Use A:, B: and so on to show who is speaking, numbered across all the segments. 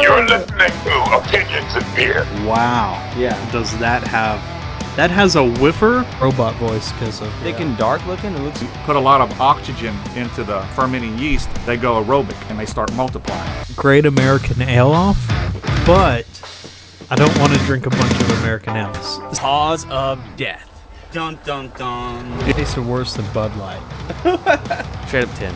A: You're listening to Opinions and Beer.
B: Wow.
C: Yeah.
B: Does that have. That has a whiffer?
D: robot voice because of
C: Thick and dark looking. It looks.
E: put a lot of oxygen into the fermenting yeast, they go aerobic and they start multiplying.
D: Great American Ale Off, but I don't want to drink a bunch of American ales.
F: Pause of death. Dun dun dun.
D: It tasted worse than Bud Light.
C: Straight up 10.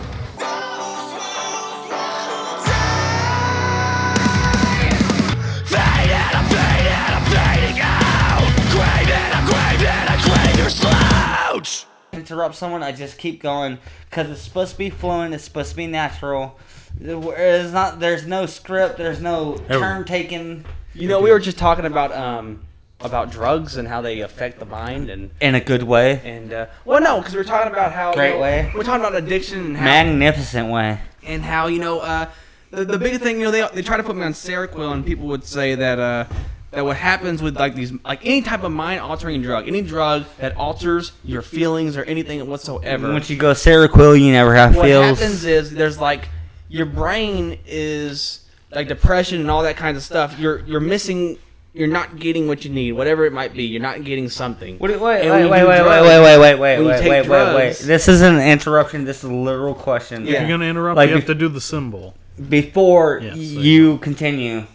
G: interrupt someone, I just keep going because it's supposed to be fluent. It's supposed to be natural. There's not. There's no script. There's no turn taken.
C: You know, we were just talking about um about drugs and how they affect the mind and
G: In a good way.
C: and uh, well, no, because we're talking about how
G: Great way.
C: We're talking about addiction and how,
G: Magnificent way.
C: and how you know uh the, the bigger thing you know they they try to put me on Seroquel and people would say that uh that what happens with like these like any type of mind altering drug any drug that alters your feelings or anything whatsoever
G: Once you go Seroquel, you never have
C: what
G: feels.
C: happens is there's like your brain is like depression and all that kind of stuff. You're you're missing. You're not getting what you need, whatever it might be. You're not getting something.
G: What, do- wait,
C: And
G: wait,
C: when
G: wait,
C: you
G: wait,
C: do
G: wait,
C: drugs-
G: wait, wait, wait, wait,
C: when you
G: wait,
C: take
G: wait, wait, wait.
C: drugs-
G: This isn't an interruption. This is a literal question.
C: Yeah.
B: If you're going to interrupt,
G: Like
B: you have
G: bef-
B: to do the symbol.
G: Before
B: Yeah, so
G: you continue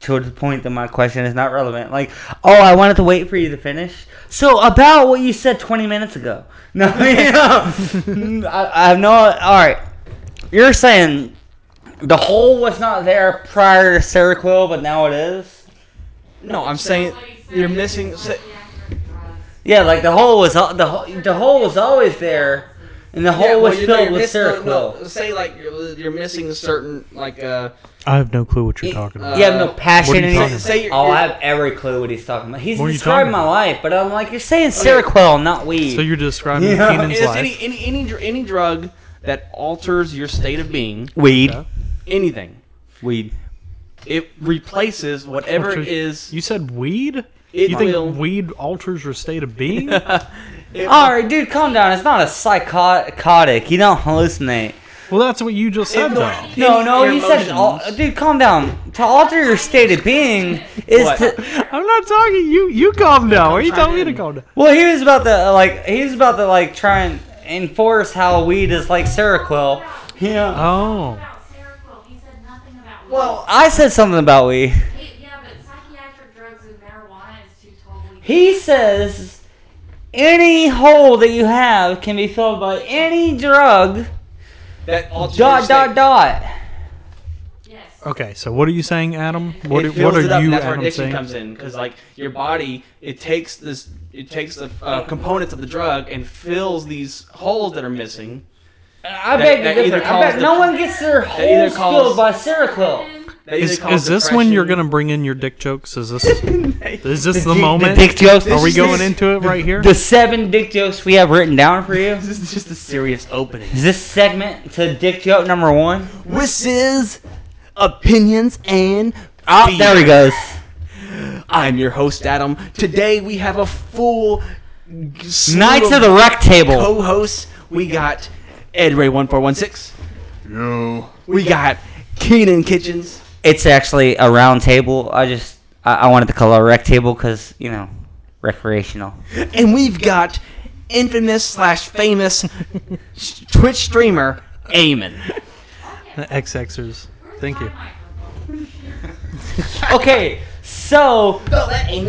G: to the point that my question is not relevant. Like, oh, I wanted to wait for you to finish. So about what you said 20 minutes ago. No, you know, I, I have no. All right, you're saying the hole was not there prior to Seroquel, but now it is.
C: No, I'm saying you're missing. se-
G: Yeah, like the hole was al- the hole, the hole was always there, and the hole
C: Yeah, well,
G: was
C: you know,
G: filled
C: you're
G: with
C: missing-
G: Seroquel.
C: no, say like you're, you're missing certain like uh.
D: I have no clue what you're
C: it-
D: talking
C: uh,
D: about.
G: You have no passion
D: What are you
G: in
D: talking
G: it.
D: about?
C: Say you're-
G: oh,
C: you're-
G: I have every clue what he's talking about. He's
B: What are you talking
G: describing my
B: about?
G: life, but I'm like, you're saying Seroquel, not weed.
B: So you're describing
G: Yeah.
B: Keenan's
C: It's
B: life.
C: any, any any dr- any drug that alters your state of being,
G: weed.
C: anything.
G: Weed.
C: It replaces whatever
B: Alters-
C: is.
B: You said weed?
C: It
B: you think
C: will-
B: weed alters your state of being?
C: it-
G: All right, dude, calm down. It's not a psychotic. You don't hallucinate.
B: well, that's what you just said,
C: It-
B: though.
G: No, no,
C: your
G: you said, al-
C: emotions.
G: dude, calm down. To alter your state of being is
C: What?
G: to.
B: I'm not talking. You you calm down. What are you
C: Chime
B: telling me to
C: in.
B: calm down?
G: Well, he was about to uh, like. He was about to like try and enforce how weed is like Seroquel. Yeah.
B: Oh.
C: Well,
G: I said something about weed.
H: yeah, but psychiatric drugs and marijuana is two totally.
G: He says any hole that you have can be filled by any drug.
C: that alters your
G: Dot
C: state.
G: dot dot.
H: Yes.
B: Okay, so what are you saying, Adam? What,
C: it
B: are- what
C: fills it
B: are
C: up,
B: you,
C: and that's where
B: Adam,
C: addiction
B: saying?
C: comes in because like your body it takes this it takes the uh, components of the drug and fills these holes that are missing
G: I
C: That-
G: beg
C: that
G: to
C: either
G: differ. I
C: calls
G: bet
C: the-
G: no one gets their
C: either
G: holes
C: calls-
G: filled by Seroquel.
C: That either
B: Is,
C: cause
B: is this when you're going
C: depression-
B: to bring in your dick jokes? Is this is this the
G: dick- the
B: moment?
G: dick jokes?
B: Are we
G: This is-
B: going into it right here?
G: The seven dick jokes we have written down for you.
C: this is just a serious opening
G: Is this segment to dick joke number one?
C: this is opinions and
G: Oh, there he goes.
C: i'm your host adam today we have a full slew
G: Knights of the Rec Table.
C: co-hosts we got ed ray 1416
A: You.
C: we got keenan kitchens
G: It's actually a round table. I just I, I wanted to call it a rec table because you know recreational.
C: and we've got infamous slash famous Twitch streamer Eamon.
B: The XX-ers. Thank you.
G: Okay, so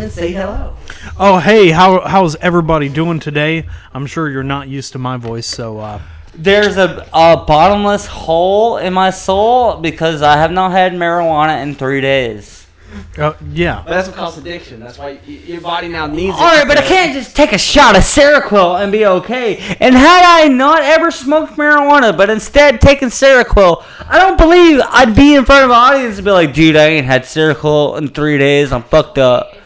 C: Say hello.
B: Oh, hey, how how's everybody doing today? I'm sure you're not used to my voice, so uh,
G: There's a, a bottomless hole in my soul because I have not had marijuana in three days.
B: uh yeah.
C: That's what causes addiction. That's why y- your body now needs it.
G: All right, but I can't just take a shot of Seroquel and be okay. And had I not ever smoked marijuana, but instead taken Seroquel, I don't believe I'd be in front of an audience and be like, "Dude, I ain't had Seroquel in three days. I'm fucked up."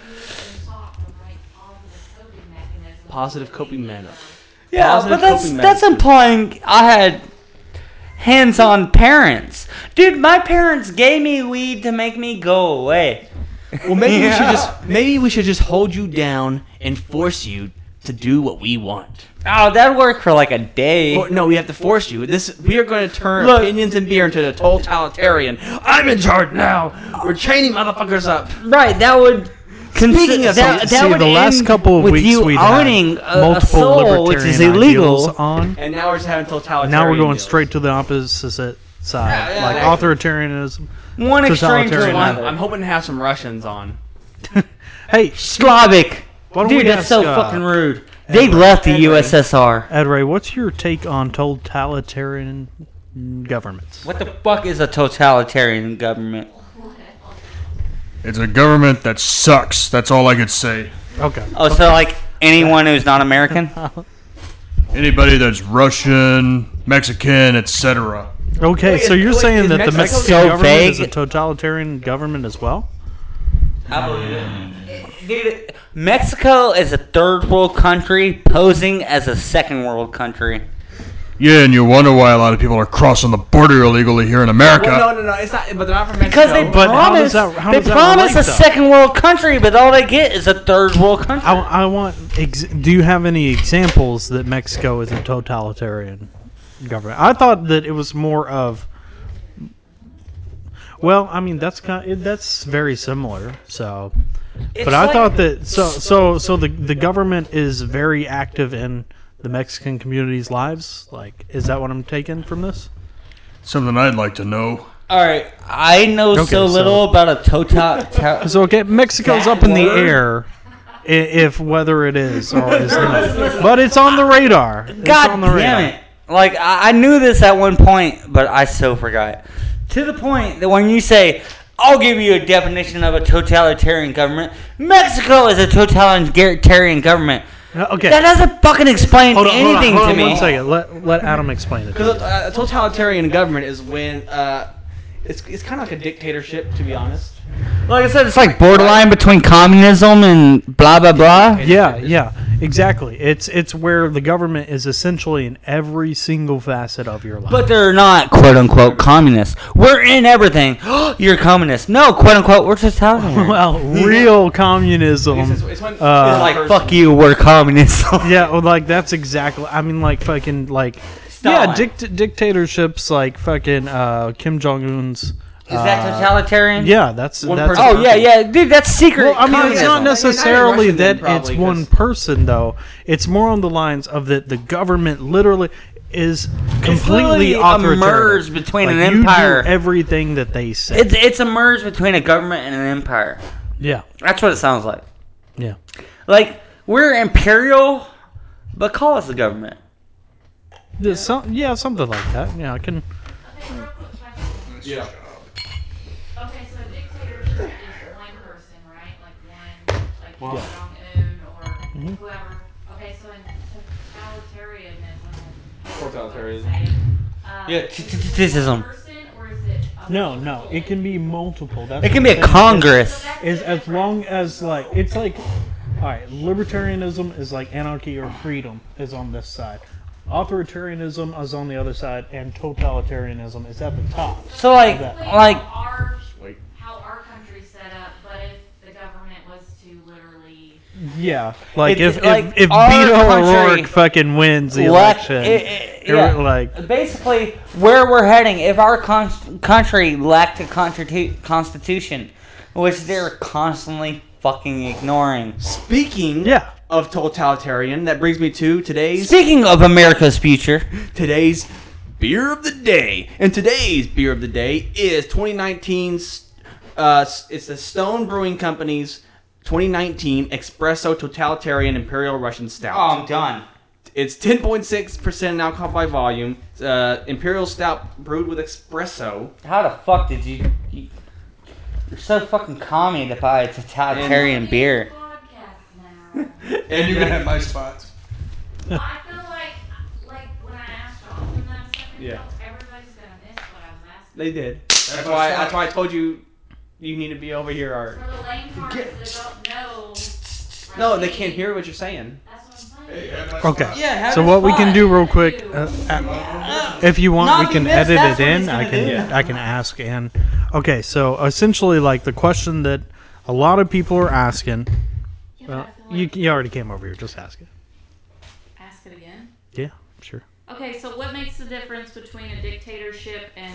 C: Positive coping manner.
G: Yeah,
C: Positive
G: but that's
C: coping
G: that's
C: mechanism.
G: implying I had hands-on parents. Dude, my parents gave me weed to make me go away.
C: Well, maybe we should just maybe we should just hold you down and force you to do what we want.
G: Oh, that'd work for like a day.
C: Or- no, we have to force you. This we are going to turn
G: Look.
C: opinions and beer into a totalitarian. I'm in charge now. We're chaining motherfuckers up.
G: Right, that would.
C: Speaking
G: consi-
C: of
G: that,
C: some-
G: that
B: See,
G: would
B: the last
G: end
B: couple of
G: with
B: weeks
G: you
B: we
G: owning a,
B: had multiple
G: a soul, which
B: libertarian
G: is
B: ideals
G: illegal.
B: on.
C: And now we're just having totalitarian.
B: Now we're going
C: deals.
B: straight to the opposite side,
C: Yeah, yeah,
B: like
C: exactly.
B: authoritarianism.
G: One extreme to
B: Totalitarian
G: another.
C: I'm hoping to have some Russians on.
B: Hey,
G: Slavic.
B: Why don't
G: Dude,
B: we
G: that's
B: ask,
G: so
B: uh,
G: fucking rude. They've left the USSR.
B: Ed Ray, what's your take on totalitarian governments?
G: What the fuck is a totalitarian government?
A: It's a government that sucks. That's all I could say.
B: Okay,
G: Oh, so like anyone who's not American?
A: Anybody that's Russian, Mexican, etc.
B: okay.
C: Wait,
B: so
C: is-
B: you're
C: wait,
B: saying
C: is
B: that the
C: Mexico
B: Mexican
G: so
B: government is a
G: vague?
B: totalitarian government as well?
G: I believe it. Dude, Mexico is a third world country posing as a second world country.
A: Yeah, and you wonder why a lot of people are crossing the border illegally here in America.
C: Well, no, no, no. It's not. But they're not from Mexico.
G: Because they
B: But how
G: promise,
B: does that- how
G: they
B: does that
G: promise
B: relate,
G: a
B: though?
G: second world country, but all they get is a third world country.
B: I, I want. Ex- do you have any examples that Mexico is a totalitarian government? I thought that it was more of. Well, I mean that's kind. It, that's very similar. So, but I thought that so so so the the government is very active in the Mexican community's lives. Like, is that what I'm taking from this?
A: Something I'd like to know.
G: All right, I know
B: Okay,
G: so little about a tota-, totalitarian.
B: So okay, Mexico's
G: That
B: up in the
G: word?
B: air. i- If whether it is or is not, but it's on the radar. It's
G: God
B: on the radar.
G: damn it! Like I, I knew this at one point, but I so forgot. To the point that when you say, "I'll give you a definition of a totalitarian government," Mexico is a totalitarian government.
B: No, Okay.
G: That doesn't fucking explain
B: Hold on, hold on,
G: anything
B: hold on
G: to me.
B: one second. Let, let Adam explain it.
C: Because a, a totalitarian government is when uh, it's it's kind of like a dictatorship, to be honest.
G: Like I said, it's like borderline between communism and blah blah blah.
B: Yeah, yeah, exactly. It's it's where the government is essentially in every single facet of your life.
G: But they're not quote unquote communists. We're in everything. You're a communist. No, quote unquote, we're just totalitarian.
B: well, real communism.
C: It's, it's when
B: Uh,
C: it's
G: like
C: person-
G: fuck you, we're communists.
B: Yeah, well, like that's exactly. I mean, like fucking like. Yeah, dict- dictatorships like fucking uh, Kim Jong Un's.
G: Is that totalitarian?
B: Yeah, that's
C: One
B: that's.
C: person-
G: Oh yeah, yeah, dude, that's secret.
B: Well, I mean, it's not
G: communism.
B: necessarily
C: Russian then,
B: that it's
C: probably,
B: one
C: 'cause-
B: person, though. It's more on the lines of that the government literally is
G: literally
B: completely
G: a
B: authoritarian.
G: merge between
B: Like,
G: an
B: you do
G: empire.
B: everything that they say.
G: It's it's a merge between a government and an empire.
B: yeah,
G: That's what it sounds like.
B: yeah.
G: Like we're imperial, but call us a government.
B: Yeah, some, yeah, something like that. Yeah, I can.
H: Okay, real quick question.
C: Yeah.
H: Okay, so dictatorship is one person, right? Like one, like Kim Jong Un or
B: Mm-hmm.
H: whoever. Okay, so in totalitarianism,
C: Or totalitarianism.
H: uh,
C: Yeah,
H: is it one
G: criticism.
H: person or is it a
B: No,
H: multiple?
B: no, it can be multiple. That's
G: It can be
B: the
G: a
B: thing.
G: Congress.
H: That's
B: Is
H: the
B: as
H: difference.
B: long as like it's like, all right, libertarianism is like anarchy or freedom is on this side. Authoritarianism is on the other side, and totalitarianism is at the top.
G: So like
H: Basically,
G: like
H: how our, how our country's set up, but if the government was to literally
B: Yeah, like
G: It's
B: if
G: like
B: if, if
G: our
B: Beto
G: country
B: O'Rourke fucking wins the
G: What-
B: election,
G: it- it-
B: it
G: yeah.
B: would, like
G: basically where we're heading if our con- country lacked a constitu- constitution which they're constantly fucking ignoring
C: Speaking
B: Yeah.
C: of totalitarian, that brings me to today's
G: speaking of america's future
C: today's beer of the day. And today's beer of the day is 2019's. Uh, it's the Stone Brewing Company's 2019 Espresso Totalitarian Imperial Russian Stout.
G: oh i'm done
C: It's 10.6% in alcohol by volume. It's, uh, Imperial Stout brewed with espresso.
G: how the fuck did you, you you're so fucking commie to buy a totalitarian beer
H: podcast now.
C: And you're going to have my
H: I feel like, like when I asked Austin that second
C: Yeah.
H: ago, everybody's gonna miss what I was asking.
C: They did. That's why, that's why I told you you need to be over here, Art.
H: For the lame parts that don't know.
C: No, they can't hear what you're saying.
H: That's what I'm saying.
B: okay.
G: yeah
B: So what we can do real quick, uh, uh, if you want,
G: Not
B: we can
G: miss,
B: edit
G: that's
B: it
G: what he's
B: in.
G: gonna
B: I can
G: do.
B: I can ask and okay. So essentially, like the question that a lot of people are asking.
H: Yeah,
B: Well,
H: I feel
B: you
H: like-
B: you already came over here. Just ask it. Yeah, sure.
H: Okay, so what makes the difference between a dictatorship and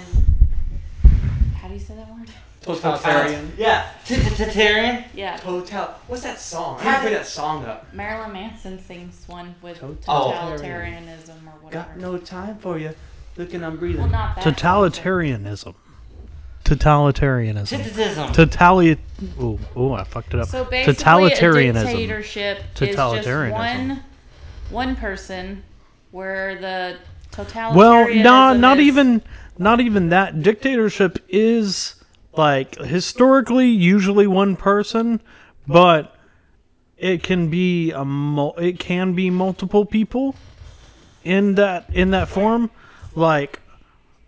H: how do you say that word?
C: Totalitarian.
G: Yeah, totalitarian.
H: Yeah,
C: Total. What's that song? I need to bring that song up.
H: Marilyn Manson sings one with
C: Totalitarian.
H: totalitarianism or whatever.
C: Got no time for you. Looking, I'm breathing.
H: well, not that.
B: Totalitarianism. Totalitarianism.
G: Tititism.
B: Totalitarian. Ooh, ooh, I fucked it up.
H: So basically,
B: Totalitarianism.
H: a dictatorship is
B: Totalitarianism.
H: just one one person where the totalitarianism.
B: well, no, not
H: is-
B: even, not even that. Dictatorship is like historically usually one person, but it can be a mul- it can be multiple people in that in that form. Like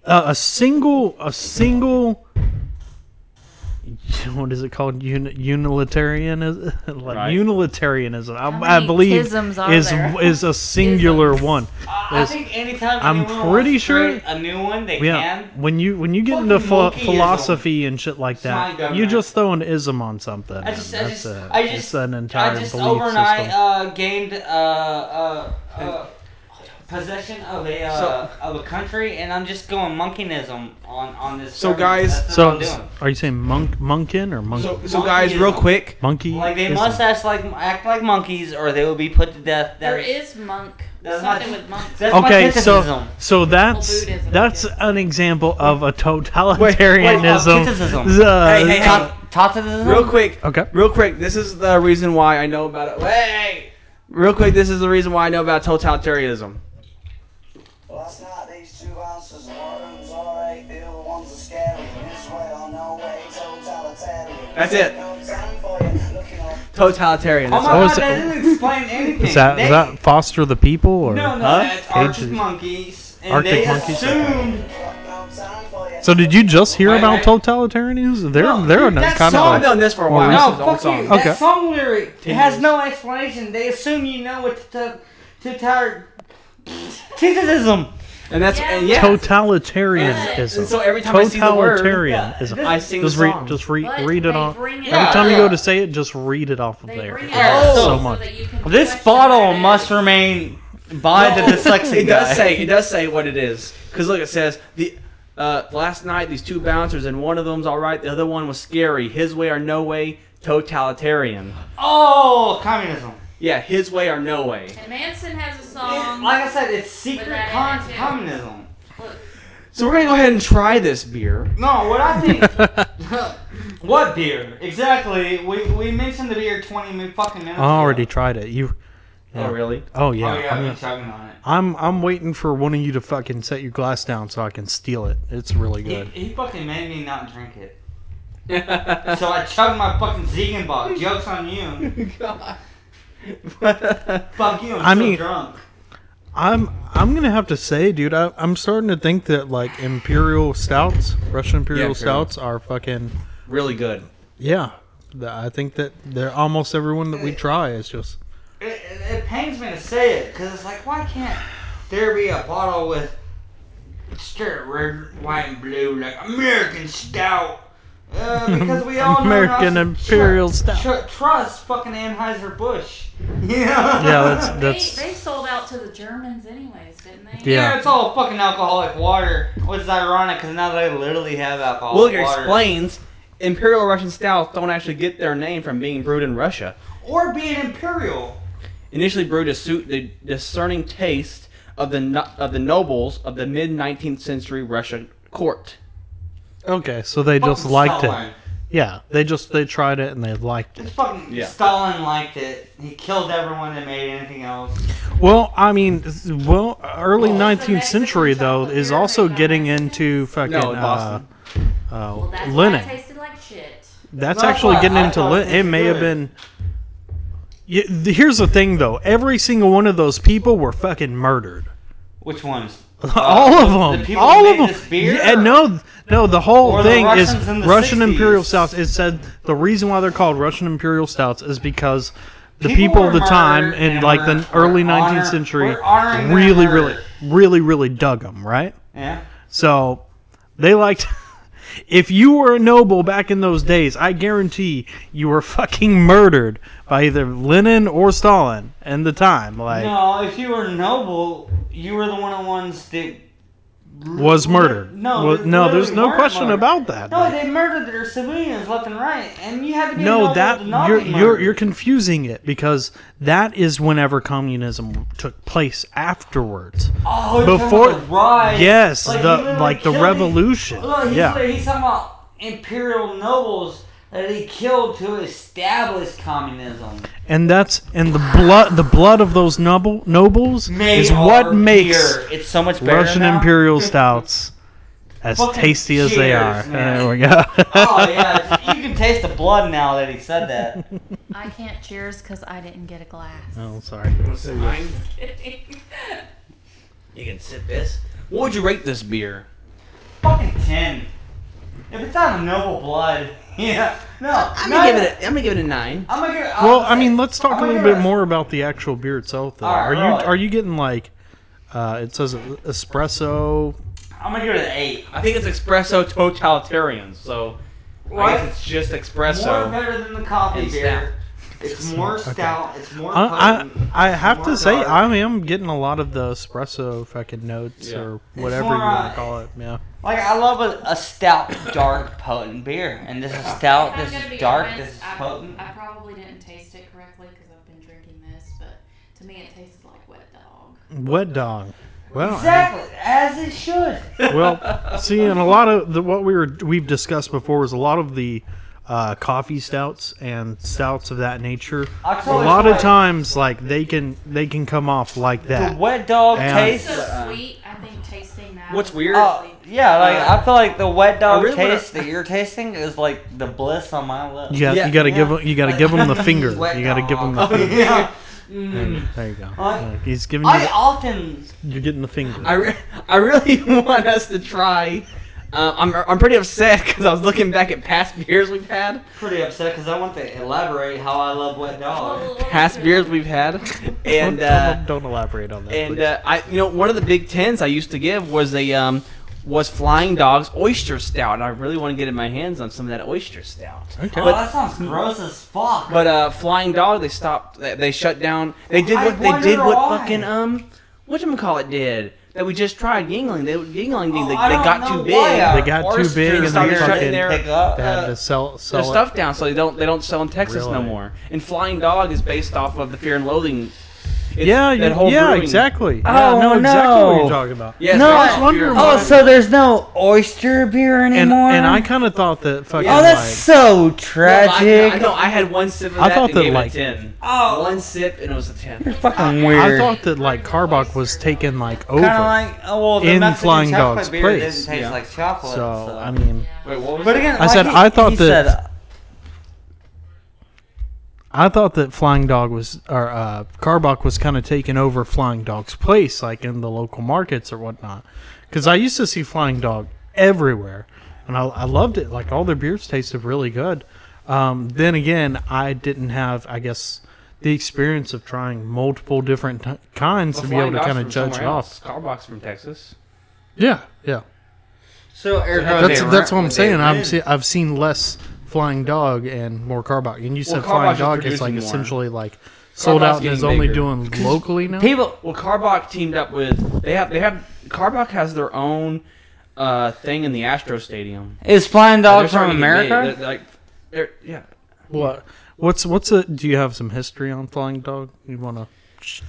B: uh, a single a single what is it called Uni- unitarianism like unitarianism I, I
H: many
B: believe
H: tisms are
B: is
H: there?
B: is a singular one
G: I think anytime
B: I'm
G: anyone wants
B: pretty
G: to
B: sure-
G: create a new one, they
B: yeah
G: can.
B: when you when you get
G: Fucking
B: into ph-
G: monkeyism.
B: philosophy and shit like
G: my
B: that
G: government.
B: you just throw an ism on something
G: I just,
B: and
G: I
B: that's
G: just,
B: a-
G: I
B: it's
G: just,
B: an entire
G: I just
B: belief
G: overnight
B: system
G: Uh, gained uh, uh, uh, possession of a uh, of a country, and I'm just going monkinism on on this.
C: So,
G: server.
C: guys-
G: That's what I'm
B: so
G: doing.
B: are you saying monk monkin or monk
C: So, so guys, real quick.
B: monkey
G: like they
B: ism?
G: must act like act like monkeys, or they will be put to death.
H: There
G: That's,
H: is monk.
G: That's
H: something
G: not-
H: with monks.
G: that's my
B: okay so
G: criticism.
B: so that's
H: Buddhism, I
B: that's
H: guess.
B: an example of a
G: Wait, uh,
B: totalitarianism
G: criticism.
B: The-
G: Hey, hey, hey. Tot- Totism?
C: Real quick.
B: Okay.
C: Real quick. This is the reason why I know about it. Wait. Real quick. This is the reason why I know about totalitarianism.
I: Last night these two houses and one room's alright, the other one's a scary. This way or no way, totalitarian.
C: That's it.
I: No time for you, looking up.
C: Totalitarianism.
G: Oh my
B: Oh,
G: god,
B: is
G: that
B: it-
G: doesn't explain anything.
B: is that,
G: they,
B: is that foster the people or
G: No, no,
B: Huh?
G: that's Arctic
B: Pages.
G: monkeys. And
B: Arctic
G: they
B: monkeys?
G: assume
I: No time for you.
B: So did you just hear
G: Wait,
B: about
G: wait.
B: totalitarianism? They're
G: No,
B: they're
G: dude,
B: a
G: that
B: kind
G: song
B: of
C: I've
B: a,
C: done this for a
B: Or
C: while.
G: No,
C: This is an
G: fuck you.
C: old song.
G: That
B: Okay.
G: song lyric has no explanation. They assume you know what to to tar- Tititism.
C: And that's and yeah. and so
B: totalitarianism.
C: every time I see the word,
B: Totalitarianism.
C: I sing the
B: Just read
C: song.
B: just read
H: But
B: read it
H: they
B: on.
H: bring it
B: Every
H: up.
B: time you go to say it, just read it off of
H: They
B: there.
H: bring it
G: Yeah,
H: up
G: so
H: so
B: much.
H: that you can
G: This
H: question what
C: Oh,
G: bottle
H: it
G: must
H: is.
G: remain by the dyslexic
C: it
G: guy.
C: does say it does say what it is. Cause look, it says the uh, last night these two bouncers and one of them's all right, the other one was scary. His way or no way, totalitarian.
G: Oh, communism.
C: Yeah, his way or no way.
H: And Manson has a
G: It-
H: song.
G: like I said, it's secret
H: Um, that
G: con-
H: attitude.
G: communism.
C: So we're gonna go ahead and try this beer.
G: No, what I think. what beer? Exactly. We we mentioned the beer twenty min- fucking minutes.
B: I already tried it. You
C: Oh really?
B: Oh yeah.
G: Yeah, oh, yeah,
B: I'm,
G: I've been
B: gonna-
G: chugging on it.
B: I'm I'm waiting for one of you to fucking set your glass down so I can steal it. It's really good.
G: He, he fucking made me not drink it. so I chugged my fucking Ziegenbach. Joke's on you. Fuck you, I'm
B: I
G: so
B: mean-
G: drunk.
B: I'm I'm gonna have to say, dude, I, I'm starting to think that like imperial stouts, Russian imperial,
C: imperial.
B: stouts, are fucking
C: Really good.
B: yeah. Th- I think that they're almost everyone that we try is just
G: It, it, it pains me to say it, because it's like, why can't there be a bottle with straight red, white, and blue, like American stout? Uh, because we all
B: American
G: know not to
B: Imperial
G: tru-
B: Stout.
G: tru- trust fucking Anheuser-Busch.
B: yeah.
G: Yeah.
B: That's
H: They,
B: that's
H: they sold out to the Germans anyways, didn't they?
G: Yeah,
B: yeah.
G: it's all fucking alcoholic water. Which is ironic because now they literally have
C: Well,
G: alcoholic
C: it
G: water.
C: explains Imperial Russian stouts don't actually get their name from being brewed in Russia.
G: Or being imperial.
C: initially brewed to suit the discerning taste of the no- of the nobles of the mid 19th century Russian court.
B: Okay, so they just
G: Fucking
B: liked
G: Stalin.
B: it. Yeah, they just they tried it and they liked it.
G: It's fucking
C: Yeah.
G: Stalin liked it. He killed everyone that made anything else.
B: Well, I mean, s- well, early
H: Well,
B: nineteenth
H: so Mexican
B: century though
H: chocolate
B: is
H: beer
B: also
H: made by
B: getting
H: Mexicans?
B: into fucking
C: No,
B: uh,
C: Boston.
B: uh,
H: Well, that's
B: linen.
H: why it tasted like shit.
B: That's
G: No,
B: actually
G: I-
B: getting
G: I
B: into
G: thought
B: lit.
G: it
B: It may have
G: was good.
B: been. Yeah, th- here's the thing, though. Every single one of those people were fucking murdered.
G: Which ones?
B: all of
G: Uh, the
B: them.
G: people
B: All
G: who
B: of
G: made
B: them.
G: this beer?
B: Yeah, and no, no. The whole
G: Or the
B: thing is
G: Russians in the
B: Russian
G: 60s?
B: Imperial Stouts. It said the reason why they're called Russian Imperial Stouts is because the
G: People
B: people, of
G: were
B: the time
G: murdered
B: in
G: and
B: like
G: we're-
B: the early
G: we're
B: 19th
G: honor-
B: century
G: we're honoring their
B: really,
G: murder.
B: really, really, really dug them. Right.
G: Yeah.
B: So they liked If you were a noble back in those days, I guarantee you were fucking murdered by either Lenin or Stalin in the time. Like
G: no, if you were noble, you were the one of the ones that
B: was murdered.
G: No,
B: Well,
G: they
B: no, there's
G: literally
B: no
G: weren't
B: question
G: murdered.
B: about that.
G: No,
B: Like,
G: they murdered their civilians left and right, and you had to be a
B: no
G: noble
B: that
G: to not
B: you're,
G: be
B: you're
G: murdered.
B: you're confusing it because that is whenever communism took place afterwards.
G: Oh, you're talking
B: before-
G: about the rise.
B: yes,
G: he
B: the-
G: literally
B: like the
G: killed these-
B: revolution.
G: Look, he's,
B: Yeah.
G: he's talking about imperial nobles that he killed to establish communism.
B: and that's and the blood the blood of those noble nobles
G: They
B: is what
G: are
B: makes
G: here. it's so much better
B: Russian
G: now.
B: imperial stouts as
G: Fucking
B: tasty as they
G: cheers,
B: are.
G: man.
B: There we go.
G: oh yeah, you can taste the blood now that he said that.
H: I can't cheers because I didn't get a glass.
B: Oh, sorry.
F: You can sip this.
C: What would you rate this beer?
G: Fucking ten. If it's not a noble blood, yeah, no.
C: I'm
G: not
C: gonna give
G: even-
C: it. A, I'm gonna give it a nine.
G: I'm gonna give it.
B: Well, I mean, let's talk
G: I'm
B: a little
G: gonna-
B: bit more about the actual beer itself, though.
G: Alright,
B: Are you
G: alright.
B: are you getting like uh, it says espresso?
G: I'm gonna give it an eight.
C: I think it's espresso totalitarians. So I guess it's just
G: More
C: espresso.
G: better than the coffee
C: and
G: beer. It's more stout. It's more.
B: I,
G: potent,
B: I I have
G: more
B: to say
G: dark.
B: I am getting a lot of the espresso fucking notes or whatever
G: more,
B: you want
G: uh,
B: to call it. Yeah.
G: like I love a, a stout, dark, potent beer, and this is stout. This is dark. This is
H: I,
G: potent.
H: I probably didn't taste it correctly because I've been drinking this, but to me it tasted like wet dog.
B: Wet dog. Well, I mean-
G: Exactly as it should.
B: well, see, and a lot of the, what we were we've discussed before was a lot of the uh, coffee stouts and stouts of that nature.
G: I'll
B: A
G: tell you
B: lot of
G: what,
B: times, like they can they can come off like
G: the
B: that.
G: wet dog
B: And-
H: It's
G: tastes.
H: so sweet. I think tasting that.
C: What's
H: was
C: weird-
G: uh, Oh
H: really-
G: yeah, like I feel like the wet dog
C: really wanna-
G: taste that you're tasting is like the bliss on my lips.
B: You got
C: Yeah,
B: you got to
G: yeah.
B: give 'em- you got to give them the finger. You got to give them the finger.
G: yeah.
B: There you go.
G: I-
B: Like, he's giving you.
G: I
B: The,
G: often
B: you're getting the finger.
C: I, re- I really want us to try. Uh, I'm I'm pretty upset because I was looking back at past beers we've had,
G: pretty upset because I want to elaborate how I love wet
H: Oh,
G: dog.
C: past beers we've had, and. Uh,
B: don't, don't elaborate on that.
C: And
B: please.
C: uh, I, you know, one of the big tens I used to give was a um, was Flying Dog's Oyster Stout. And I really want to get in my hands on some of that Oyster Stout.
G: Oh, that sounds gross as fuck.
C: But uh, Flying Dog, they stopped. They, they shut down. They did
G: I
C: what they
G: wonder
C: did what
G: why.
C: fucking um, what call it did that we just tried Yingling. They Yingling,
G: Oh,
C: they, they
G: I don't
C: got
G: know
C: too
G: why
C: big.
G: I-
B: They got too
G: Oysters
B: big and they
G: started shutting
C: fucking-
G: their- pick up.
B: they had
C: uh,
B: to sell sell
C: Their
B: it.
C: stuff down, so they don't they don't sell in Texas no
B: Really?
C: more. And Flying Dog is based off of the Fear and Loathing. It's
B: Yeah,
C: that
B: you,
C: whole
B: yeah,
C: brewing-
B: exactly.
G: Oh,
B: yeah, no, exactly what
G: no.
B: you're talking about.
C: Yeah,
G: No,
C: so
G: I
C: it's
G: was
C: wondering
G: oh,
C: why-
G: so there's no oyster beer
B: And
G: anymore.
B: and I kind of thought that fucking.
G: oh, that's
B: like,
G: so
C: No, but I, I
G: tragic.
C: know I had one sip of
B: I
C: that
B: thought
C: and
B: that,
C: gave
B: like-
C: it a ten.
G: oh,
C: One sip and it was a ten.
G: you're fucking
B: I
G: weird.
B: thought that like Carbach was taken like over.
G: Kind of like oh well, the
B: In
G: Mexican
B: Flying
G: chocolate
B: Dog's
G: beer
B: place.
G: didn't taste
B: Yeah.
G: like chocolate. So,
B: so I mean,
C: Wait, what was
G: but again,
B: I
G: like
B: said,
G: he-
B: I thought
G: he
B: that-
G: said, uh,
B: I thought that Flying Dog was or uh, Carbach was kind of taking over Flying Dog's place, like in the local markets or whatnot. Because I used to see Flying Dog everywhere, and I, I loved it. Like all their beers tasted really good. Um, then again, I didn't have, I guess, the experience of trying multiple different t- kinds to be able to kind of judge it off.
C: Carbox from Texas.
B: Yeah, yeah.
G: so Eric, how
B: That's
G: they
B: that's what
G: run-
B: I'm
G: they
B: saying.
G: ran.
B: I've seen I've seen less Flying Dog and more Carbach. And you said
C: Carbach
B: Flying
C: is
B: Dog is
C: producing
B: like
C: more.
B: essentially like sold out and
C: getting
B: is only
C: bigger.
B: doing locally now.
G: people.
C: Well, Carbach teamed up with they have they have Carbach has their own uh, thing in the Astro Stadium.
G: Is Flying Dog
C: They're
G: Oh, from
C: starting to get big.
G: America?
C: They're, like, they're, yeah.
B: What what's what's a do you have some history on Flying Dog? You want to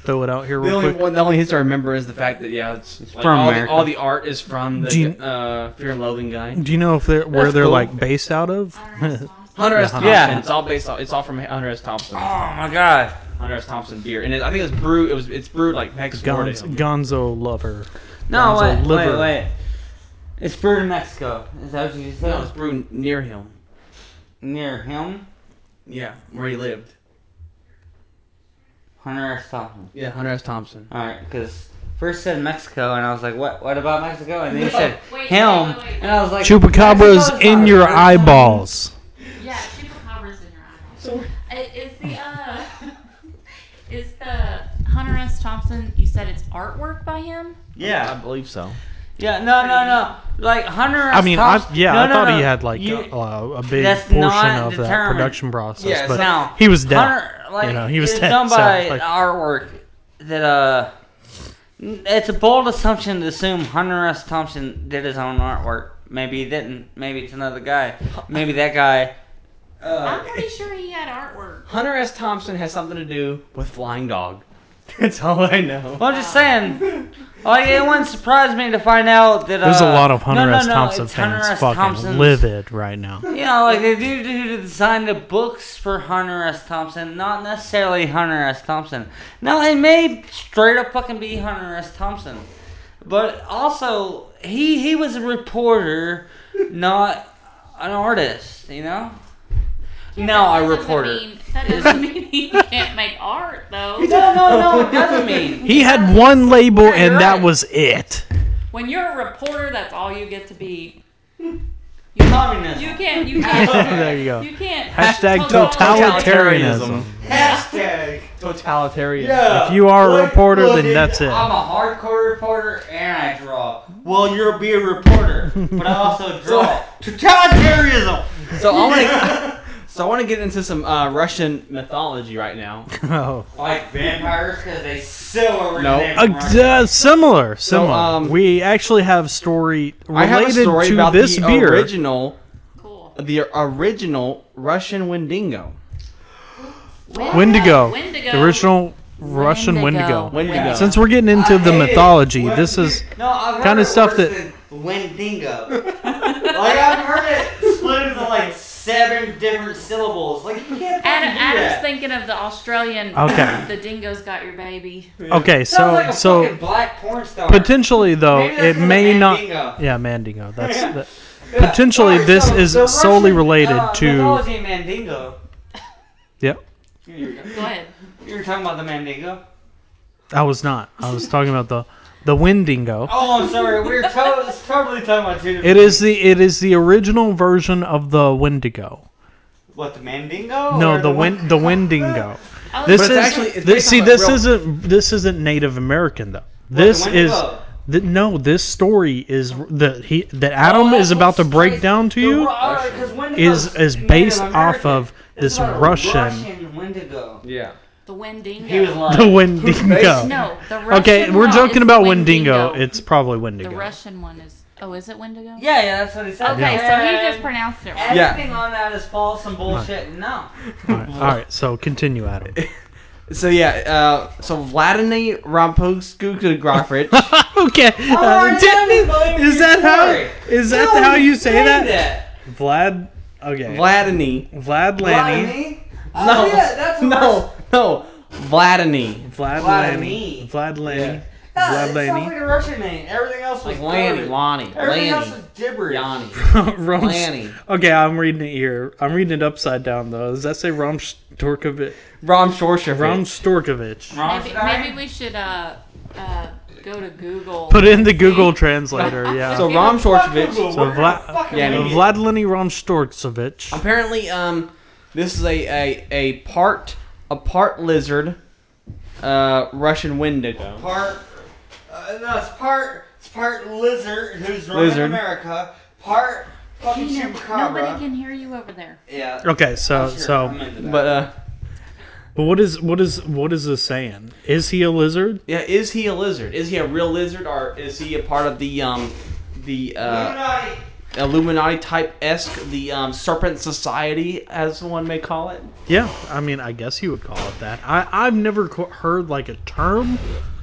B: throw it out here
C: The
B: real
C: only
B: quick?
C: one, the only history I remember is the fact that yeah, it's, like,
G: from
C: all, the,
G: America.
C: all the art is from the
B: Do you-
C: uh, Fear and Loathing guy.
B: Do you know if they're where
C: That's
B: they're
C: cool.
B: like based out of?
C: Hunter S. Thompson.
G: Yeah.
C: It's all based off. It's all from Hunter S. Thompson.
G: Oh my god.
C: Hunter S. Thompson beer, and it, I think it's brewed. It was it's brewed like Mexico. or
B: Gonzo,
C: something.
B: Gonzo lover.
G: No,
B: Gonzo
G: wait,
B: liver.
G: wait, wait. It's brewed in Mexico. Is that what you said?
C: No, it's brewed near him.
G: Near him,
C: Yeah, where he lived.
G: Hunter S. Thompson.
C: Yeah, Hunter S. Thompson.
G: All right, because first said Mexico, and I was like, "What? What about Mexico?" And then you
H: No.
G: said
H: Wait,
G: him,
H: wait, wait, wait.
G: and I was like,
B: Chupacabra's
G: Mexico's
B: in
G: not
B: your
G: Mexico.
B: eyeballs.
H: Yeah, chupacabra's in your eyes. It- it's the uh, it's the Hunter S. Thompson. You said it's artwork by him.
C: I
G: Yeah.
C: believe so.
G: Yeah, no, no, no. Like Hunter.
B: I mean, I
G: Thompson-
B: yeah,
G: no,
B: I
G: no,
B: thought
G: no.
B: he had like
G: You-
B: a, a big
G: that's
B: portion
G: not
B: of that
G: determined.
B: production process,
C: Yeah, it's
B: but
G: now,
B: he was dead.
G: Hunter, like,
B: know, he was
G: it's
B: dead,
G: done
B: so,
G: by
B: like-
G: artwork that uh, it's a bold assumption to assume Hunter S. Thompson did his own artwork. Maybe he didn't. Maybe it's another guy. Maybe that guy.
C: Uh,
H: I'm pretty sure he had artwork.
C: Hunter S. Thompson has something to do with Flying Dog. That's all I know.
G: Well, I'm just saying. Like it wouldn't surprise me to find out that uh,
B: There's a lot of Hunter
G: no, no,
B: S.
G: no,
B: Thompson
G: it's Hunter
B: fans
G: S.
B: fucking
G: Thompson's-
B: livid right now.
G: Yeah, like the dude who designed the books for Hunter S. Thompson, not necessarily Hunter S. Thompson. Now it may straight up fucking be Hunter S. Thompson, but also he he was a reporter, not an artist. You know? no, a
H: That doesn't
G: reporter.
H: mean- That doesn't mean he can't make art, though.
G: No, no, no, it doesn't mean.
B: He had one label, and
G: you're
B: that
G: right.
B: was it.
H: When you're a reporter, that's all you get to be.
G: You're communist.
H: You can't. You can't.
B: there you go.
H: You can't.
B: Hashtag totalitarianism.
C: totalitarianism.
G: Hashtag.
C: Totalitarian.
B: If you are a reporter,
G: look,
B: then
G: it-
B: that's it.
G: I'm a hardcore reporter and I draw. Well, you'll be a reporter, but I also draw. Totalitarianism.
C: So I want to. So I want to get into some uh, Russian mythology right now.
B: Oh,
G: Like vampires, because they still are
C: No.
G: no.
B: uh, similar, similar.
C: um,
B: we actually have story related
C: I have a story
B: to
C: about
B: this
C: the
B: beer.
C: original,
H: Cool.
C: the original Russian Wendigo.
B: Wendigo.
H: Wendigo.
B: The original Russian Wendigo.
C: Wendigo.
B: Since we're getting into the mythology, this is
G: no, I've heard
B: kinda
G: it
B: stuff
G: worse
B: that-
G: than Wendigo. like I've heard it split into like seven different syllables. Like you can't fucking
H: Adam,
G: do
H: Adam's
G: that.
H: thinking of the Australian.
B: Okay.
H: The dingo's got your baby.
B: okay.
G: Sounds like
B: So, so
G: a fucking black porn star.
B: potentially though,
G: Maybe that's
B: it
G: what
B: may
G: a
B: not.
G: Mandingo.
B: Yeah, Mandingo. That's that-
G: Yeah.
B: potentially
G: Alright,
B: this
G: so
B: is
G: the
B: solely
G: Russian,
B: related
G: uh,
B: to-
G: mythology Mandingo.
B: Yep.
G: You were-
H: Go ahead.
G: you were talking about the Mandingo.
B: I was not. I was talking about the the Wendigo.
G: Oh, I'm sorry. We're to- totally talking about two.
B: It is the it is the original version of the Wendigo.
G: what the Mandingo?
B: No,
G: or
B: the win the Wendigo.
H: Oh,
B: This
H: it's
B: is
C: it's actually- it's
B: this.
C: based
B: See,
C: off a
B: this
C: real-
B: isn't this isn't Native American though. This
G: the
B: is
G: Wendigo?
B: th- no. This story is r- that he that
H: Oh,
B: Adam
G: that's
C: Oh,
B: is about to
G: what's
B: break
G: crazy.
B: down to
G: The
B: you
G: Ru- uh, 'cause Wendigo's
B: is is
G: Native
B: based off
G: American.
B: of
G: This is
B: this
G: about a
B: Russian
G: Wendigo.
C: Yeah.
H: The Wendigo.
G: He was lying.
B: the Wendigo.
H: No, the Russian
B: Okay, we're
H: one
B: joking
H: is
B: about
H: Wendigo.
B: Wendigo. It's probably
H: the
B: Wendigo.
H: Russian one is. Oh, is it Wendigo?
G: Yeah, yeah, that's what he said.
H: Okay, so he just
G: And
H: pronounced it wrong.
C: Yeah.
G: Everything on that is false and bullshit. No.
B: All right, all right, so continue, Adam.
C: So yeah. Uh, so Vladimir Ramposkuka Grofrich.
B: okay,
G: Oh, I
B: uh,
G: didn't believe
B: is
G: your
B: that
G: story.
B: how is that
G: No,
B: how you say that?
G: that?
B: Vlad. Okay.
C: Vladimir.
B: Vlad Lanny.
G: Vladimir?
C: No.
G: Oh, yeah, that's Russian.
C: No. No. Vladimir.
B: Vlad
G: Vladimir.
B: Lanny. Vlad Lanny.
G: Yeah, it
B: Vlad
G: sounds
B: Lanny.
G: like a Russian name. Everything else was
C: Like Lanny.
G: garbage.
C: Lonnie.
G: Everything
C: Lanny.
G: else is gibberish.
C: Yanni.
B: Rumps-
C: Lanny.
B: Okay, I'm reading it here. I'm reading it upside down though. Does that say Romstorkovich?
C: Rom Shorsha.
B: Romstorkovich.
H: Maybe,
G: Rammstein?
H: maybe we should uh, uh, go to Google.
B: Put in the Google translator. Yeah.
C: So Rom Shorshavich.
B: So Vla-
G: Fucking
C: Yeah,
G: Wendigo.
C: maybe.
B: Vlad Lenny Romstorkovich.
C: Apparently, um, this is a, a, a part a part lizard, uh, Russian Wendigo.
G: part. Uh, no, it's part. It's part lizard who's running
C: Lizard.
G: America. Part fucking
H: You know,
G: chupacabra.
H: Nobody can hear you over there.
G: yeah.
B: Okay, so
G: sure,
B: so,
G: I'm into that.
C: But uh,
B: but what is what is what is this saying? Is he a lizard?
C: yeah, is he a lizard? Is he a real lizard, or is he a part of the um the uh,
G: Illuminati.
C: Illuminati type esque the um, Serpent Society, as one may call it?
B: Yeah, I mean, I guess you would call it that. I I've never qu- heard like a term.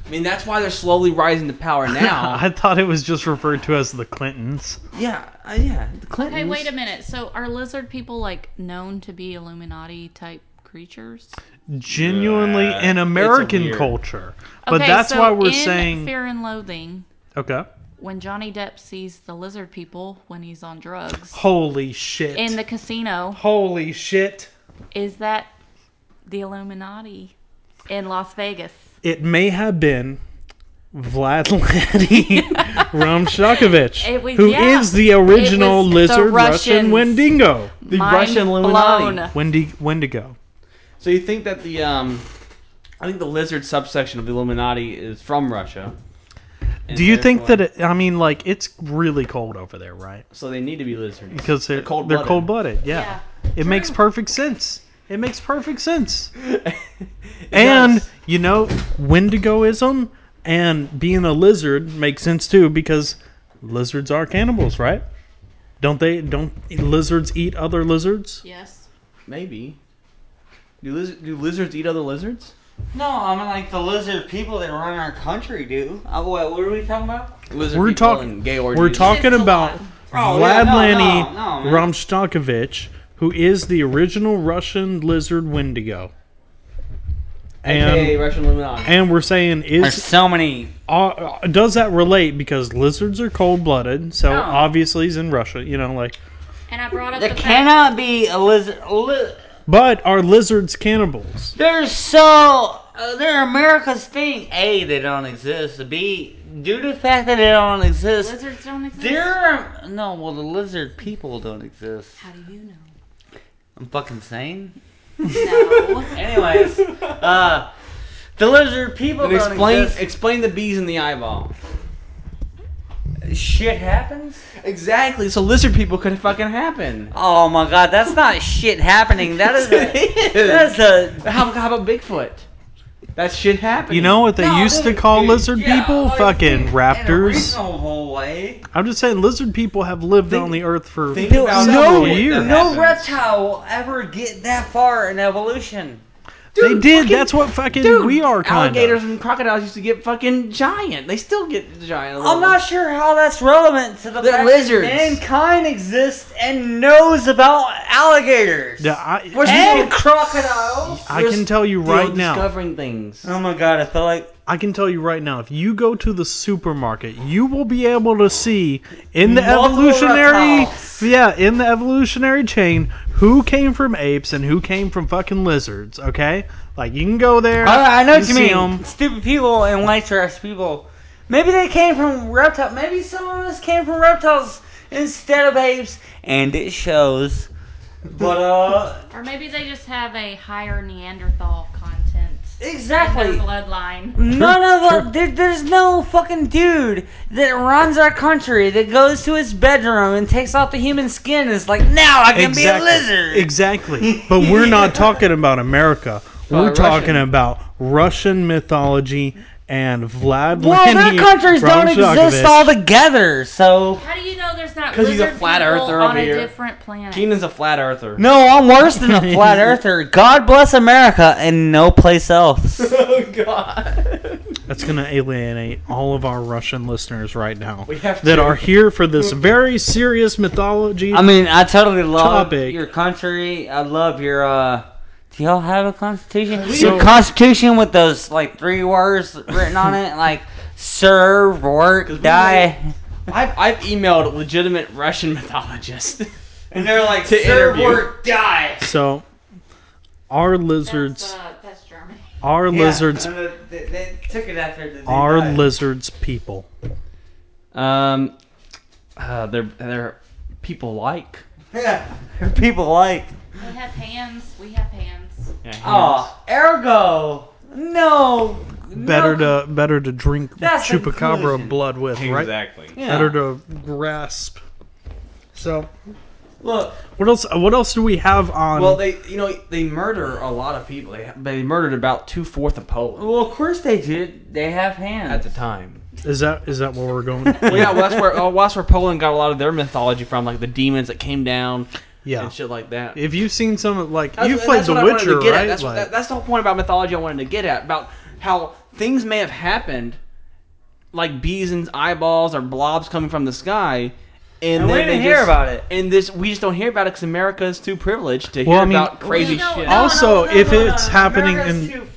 C: I mean, that's why they're slowly rising to power now.
B: I thought it was just referred to as the Clintons.
C: yeah, uh, yeah, the Clintons.
H: Hey, wait a minute. So are lizard people like known to be Illuminati type creatures?
B: genuinely in American
C: weird-
B: culture. But
H: Okay,
B: that's
H: so
B: why we're
H: in
B: saying
H: Fear and Loathing.
B: okay.
H: When Johnny Depp sees the lizard people when he's on drugs
B: Holy shit.
H: in the casino,
B: Holy shit.
H: is that the Illuminati in Las Vegas?
B: It may have been Vlad Lanny Romshakovich, who
H: It
B: is
H: was- yeah.
B: the original
H: It was the
B: lizard Russian
H: Russians.
B: Wendigo.
H: The
C: Russian Illuminati.
B: Wendy Wendigo.
C: So you think that the um, I think the lizard subsection of the Illuminati is from Russia.
B: Do you think that it, I mean like it's really cold over there, right?
C: so they need to be lizards
B: Because they're,
C: cold
B: they're cold blooded. Yeah.
H: Yeah,
B: It
H: true.
B: makes perfect sense. It makes perfect sense. and
C: does.
B: you know, Wendigoism and being a lizard makes sense too because lizards are cannibals, right? Don't they? Don't lizards eat other lizards?
H: Yes.
C: Maybe. Do, liz- do lizards eat other lizards?
G: No, I mean like the lizard people that run our country do. Uh, what, what are we talking about?
C: Lizard
B: We're
C: people
B: talking-
C: and gay
B: We're
C: orgies.
B: talking
H: It's a
B: about
H: lot.
G: Oh, yeah,
B: Vlad
G: no, no,
B: Lani
G: no, man.
B: Romstokovich, who is the original Russian lizard Wendigo. And
C: AKA Russian Illuminati.
B: and we're saying
G: There's
B: is
G: so many.
B: uh, does that relate because lizards are cold blooded, so
G: No.
B: obviously he's in Russia, you know, like.
H: And I brought up
G: There
H: the fact
G: cannot be a lizard. Li-
B: But are lizards cannibals?
G: They're so. Uh, they're America's thing. A, they don't exist. B, due to the fact that they don't exist,
H: lizards don't exist.
G: they're. No, well, the lizard people don't exist.
H: How do you know?
G: I'm fucking sane.
H: No.
G: Anyways, uh, the lizard people
C: Then
G: don't
C: explain
G: exist.
C: explain the bees in the eyeball.
G: Shit happens?
C: Exactly. So lizard people could fucking happen.
G: Oh my god, that's not shit happening. That is a.
C: It is.
G: That's a.
C: How, how about Bigfoot? That shit happened.
B: You know what they
G: No,
B: used to
G: dude,
B: call
G: dude,
B: lizard
G: yeah,
B: people?
G: like,
B: Fucking
G: in a
B: raptors.
G: reasonable way.
B: I'm just saying, lizard people have lived on the earth for.
C: think about
B: no,
C: several
B: no
C: years.
G: No reptile will ever get that far in evolution.
B: they did. that's what fucking
C: Dude,
B: we are. Kind
C: alligators
B: Of.
C: and crocodiles used to get fucking giant. They still get giant.
G: I'm not sure how that's relevant to the
C: They're
G: fact
C: lizards.
G: that mankind exists and knows about alligators
B: Yeah, I,
G: and crocodiles.
B: I can tell you right now.
C: discovering things.
G: Oh my god, I feel like
B: I can tell you right now. If you go to the supermarket, you will be able to see in the
G: Multiple
B: evolutionary,
G: reptiles.
B: yeah, in the evolutionary chain, who came from apes and who came from fucking lizards. Okay, like you can go there.
G: I, I know what
B: can
G: you
B: see
G: mean.
B: 'em.
G: Stupid people and white trash people. Maybe they came from reptiles. Maybe some of us came from reptiles instead of apes, and it shows. But uh,
H: or maybe they just have a higher Neanderthal content. in
G: exactly.
H: their bloodline.
G: None of us. There, there's no fucking dude that runs our country that goes to his bedroom and takes off the human skin. And is like now I can be a lizard.
B: Exactly. But we're not talking about America. We're
C: Russian.
B: talking about Russian mythology and Vlad.
G: well,
B: Lenin
G: their countries don't exist
B: Romshakovich.
G: altogether. So
H: How do you know there's not
C: 'Cause he's a
H: lizard
C: flat
H: people
C: earther
H: on
C: over
H: a
C: here.
H: different planet?
C: Gina's a flat earther.
G: no, I'm worse than a flat earther. God bless America and no place else.
C: Oh god.
B: That's going to alienate all of our Russian listeners right now
C: We have
B: that
C: to.
B: are here for this very serious mythology.
G: I mean, I totally love
B: Topic.
G: your country. I love your. uh Do y'all have a constitution?
B: So-
G: your constitution with those like three words written on it, like serve, work,
C: we
G: die.
C: I've, I've emailed legitimate Russian mythologists.
G: And they're like
C: To interview.
G: die.
B: so, our
H: That's,
B: lizards,
H: uh, that's Germany.
B: our lizards,
G: And the- They, they took it after the.
B: our
G: die.
B: lizards people.
C: Um, uh, they're they're people like.
G: Yeah. People like.
H: They have hands. We have hands.
G: Oh, ergo. No.
B: Better
G: no.
B: to better to drink
G: That's the
B: chupacabra
G: conclusion.
B: blood with, right?
E: Exactly.
B: Better to grasp. So,
G: Look.
B: What else? uh, What else do we have on?
C: Well, they you know they murder a lot of people. They they murdered about two fourth of Poland
G: Well, of course they did. They have hands.
C: at the time.
B: is that is that where we're going?
C: Well, yeah, well, that's where oh, well, that's where Poland got a lot of their mythology from, like the demons that came down
B: yeah.
C: and shit like that.
B: If you've seen some of like
C: That's-
B: you
C: and
B: played
C: that's
B: The
C: what I wanted to
B: Witcher,
C: get at.
B: right?
C: That's, what-
B: Like,
C: that- that's the whole point about mythology I wanted to get at about how things may have happened, like bees and eyeballs or blobs coming from the sky. And,
G: And we
C: then they
G: didn't hear
C: just-
G: about it.
C: And this, we just don't hear about it because America is too privileged to hear
B: Well, I mean-
C: about crazy
H: No,
C: shit.
H: no.
B: also,
H: no,
B: if
C: uh,
G: no,
B: it's
G: no.
B: happening
G: America's
B: in
G: too-